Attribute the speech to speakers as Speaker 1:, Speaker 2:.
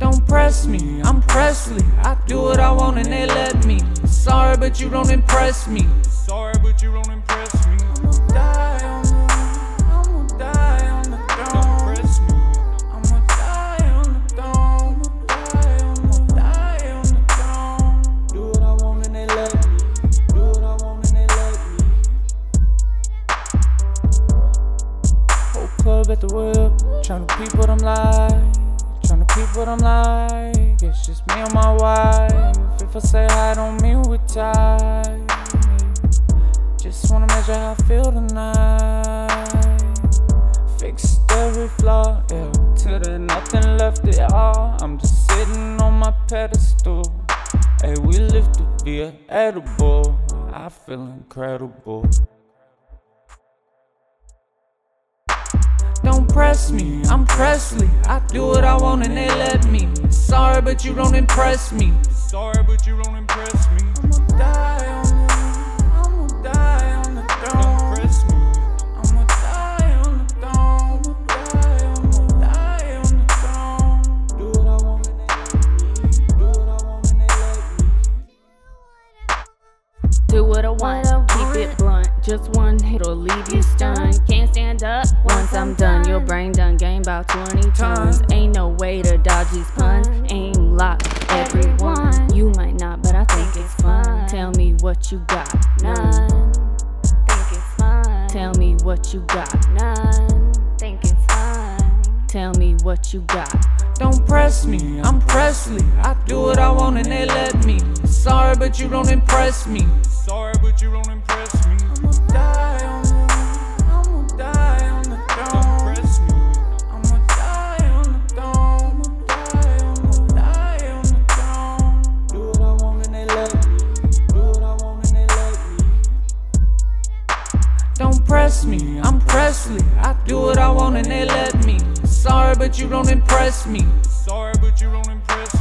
Speaker 1: impress me. I'm Presley. I do what I want and they let me. Sorry, but you don't impress me.
Speaker 2: Sorry, but you don't impress me.
Speaker 1: I'ma die on the, I'ma die on the
Speaker 2: Don't
Speaker 1: throne.
Speaker 2: impress me.
Speaker 1: I'ma die on the throne. I'ma die on the throne. Do what I want and they let me. Do what I want and they let me. Whole club at the whip, tryna peep what I'm like, tryna peep what I'm like. It's just me and my wife. If I say hi, don't mean we tied. Just wanna measure how I feel tonight. Fixed every flaw, yeah. Till there's nothing left at all. I'm just sitting on my pedestal. Hey, we live to be an edible. I feel incredible. Don't press me, I'm Presley. I do what I want and they let me. Sorry, but you don't impress me.
Speaker 2: Sorry, but you don't impress me.
Speaker 1: I'ma die on the, I'ma die on the
Speaker 2: Don't
Speaker 1: throne.
Speaker 2: impress me.
Speaker 1: I'ma die on the throne. I'ma die on the throne. Do what I want and they let me. Do what I want and they let me.
Speaker 3: Do what I want, keep it blunt. Just one hit'll leave you stunned. Can't stand up once I'm done. Your brain done, gain about 20 tons. Ain't no way to dodge these puns. Aim lock, everyone. You might not, but I think it's fun. Tell me what you got, none.
Speaker 4: None. Think it's fun.
Speaker 3: Tell me what you got,
Speaker 4: None. Think it's fun.
Speaker 3: tell me what you got.
Speaker 1: Don't press me, I'm Presley. I do what I want and they let me. Sorry, but you don't impress me.
Speaker 2: Sorry, but you don't impress me.
Speaker 1: I'ma die on the, I'ma die on the
Speaker 2: Don't
Speaker 1: throne.
Speaker 2: impress me.
Speaker 1: I'ma die on the throne. I'ma die on the throne. Do what I want and they let me. Do what I want and they let me. Don't press me, I'm Presley. I do what I want and they let me. Sorry, but you don't impress me.
Speaker 2: Sorry, but you don't impress me.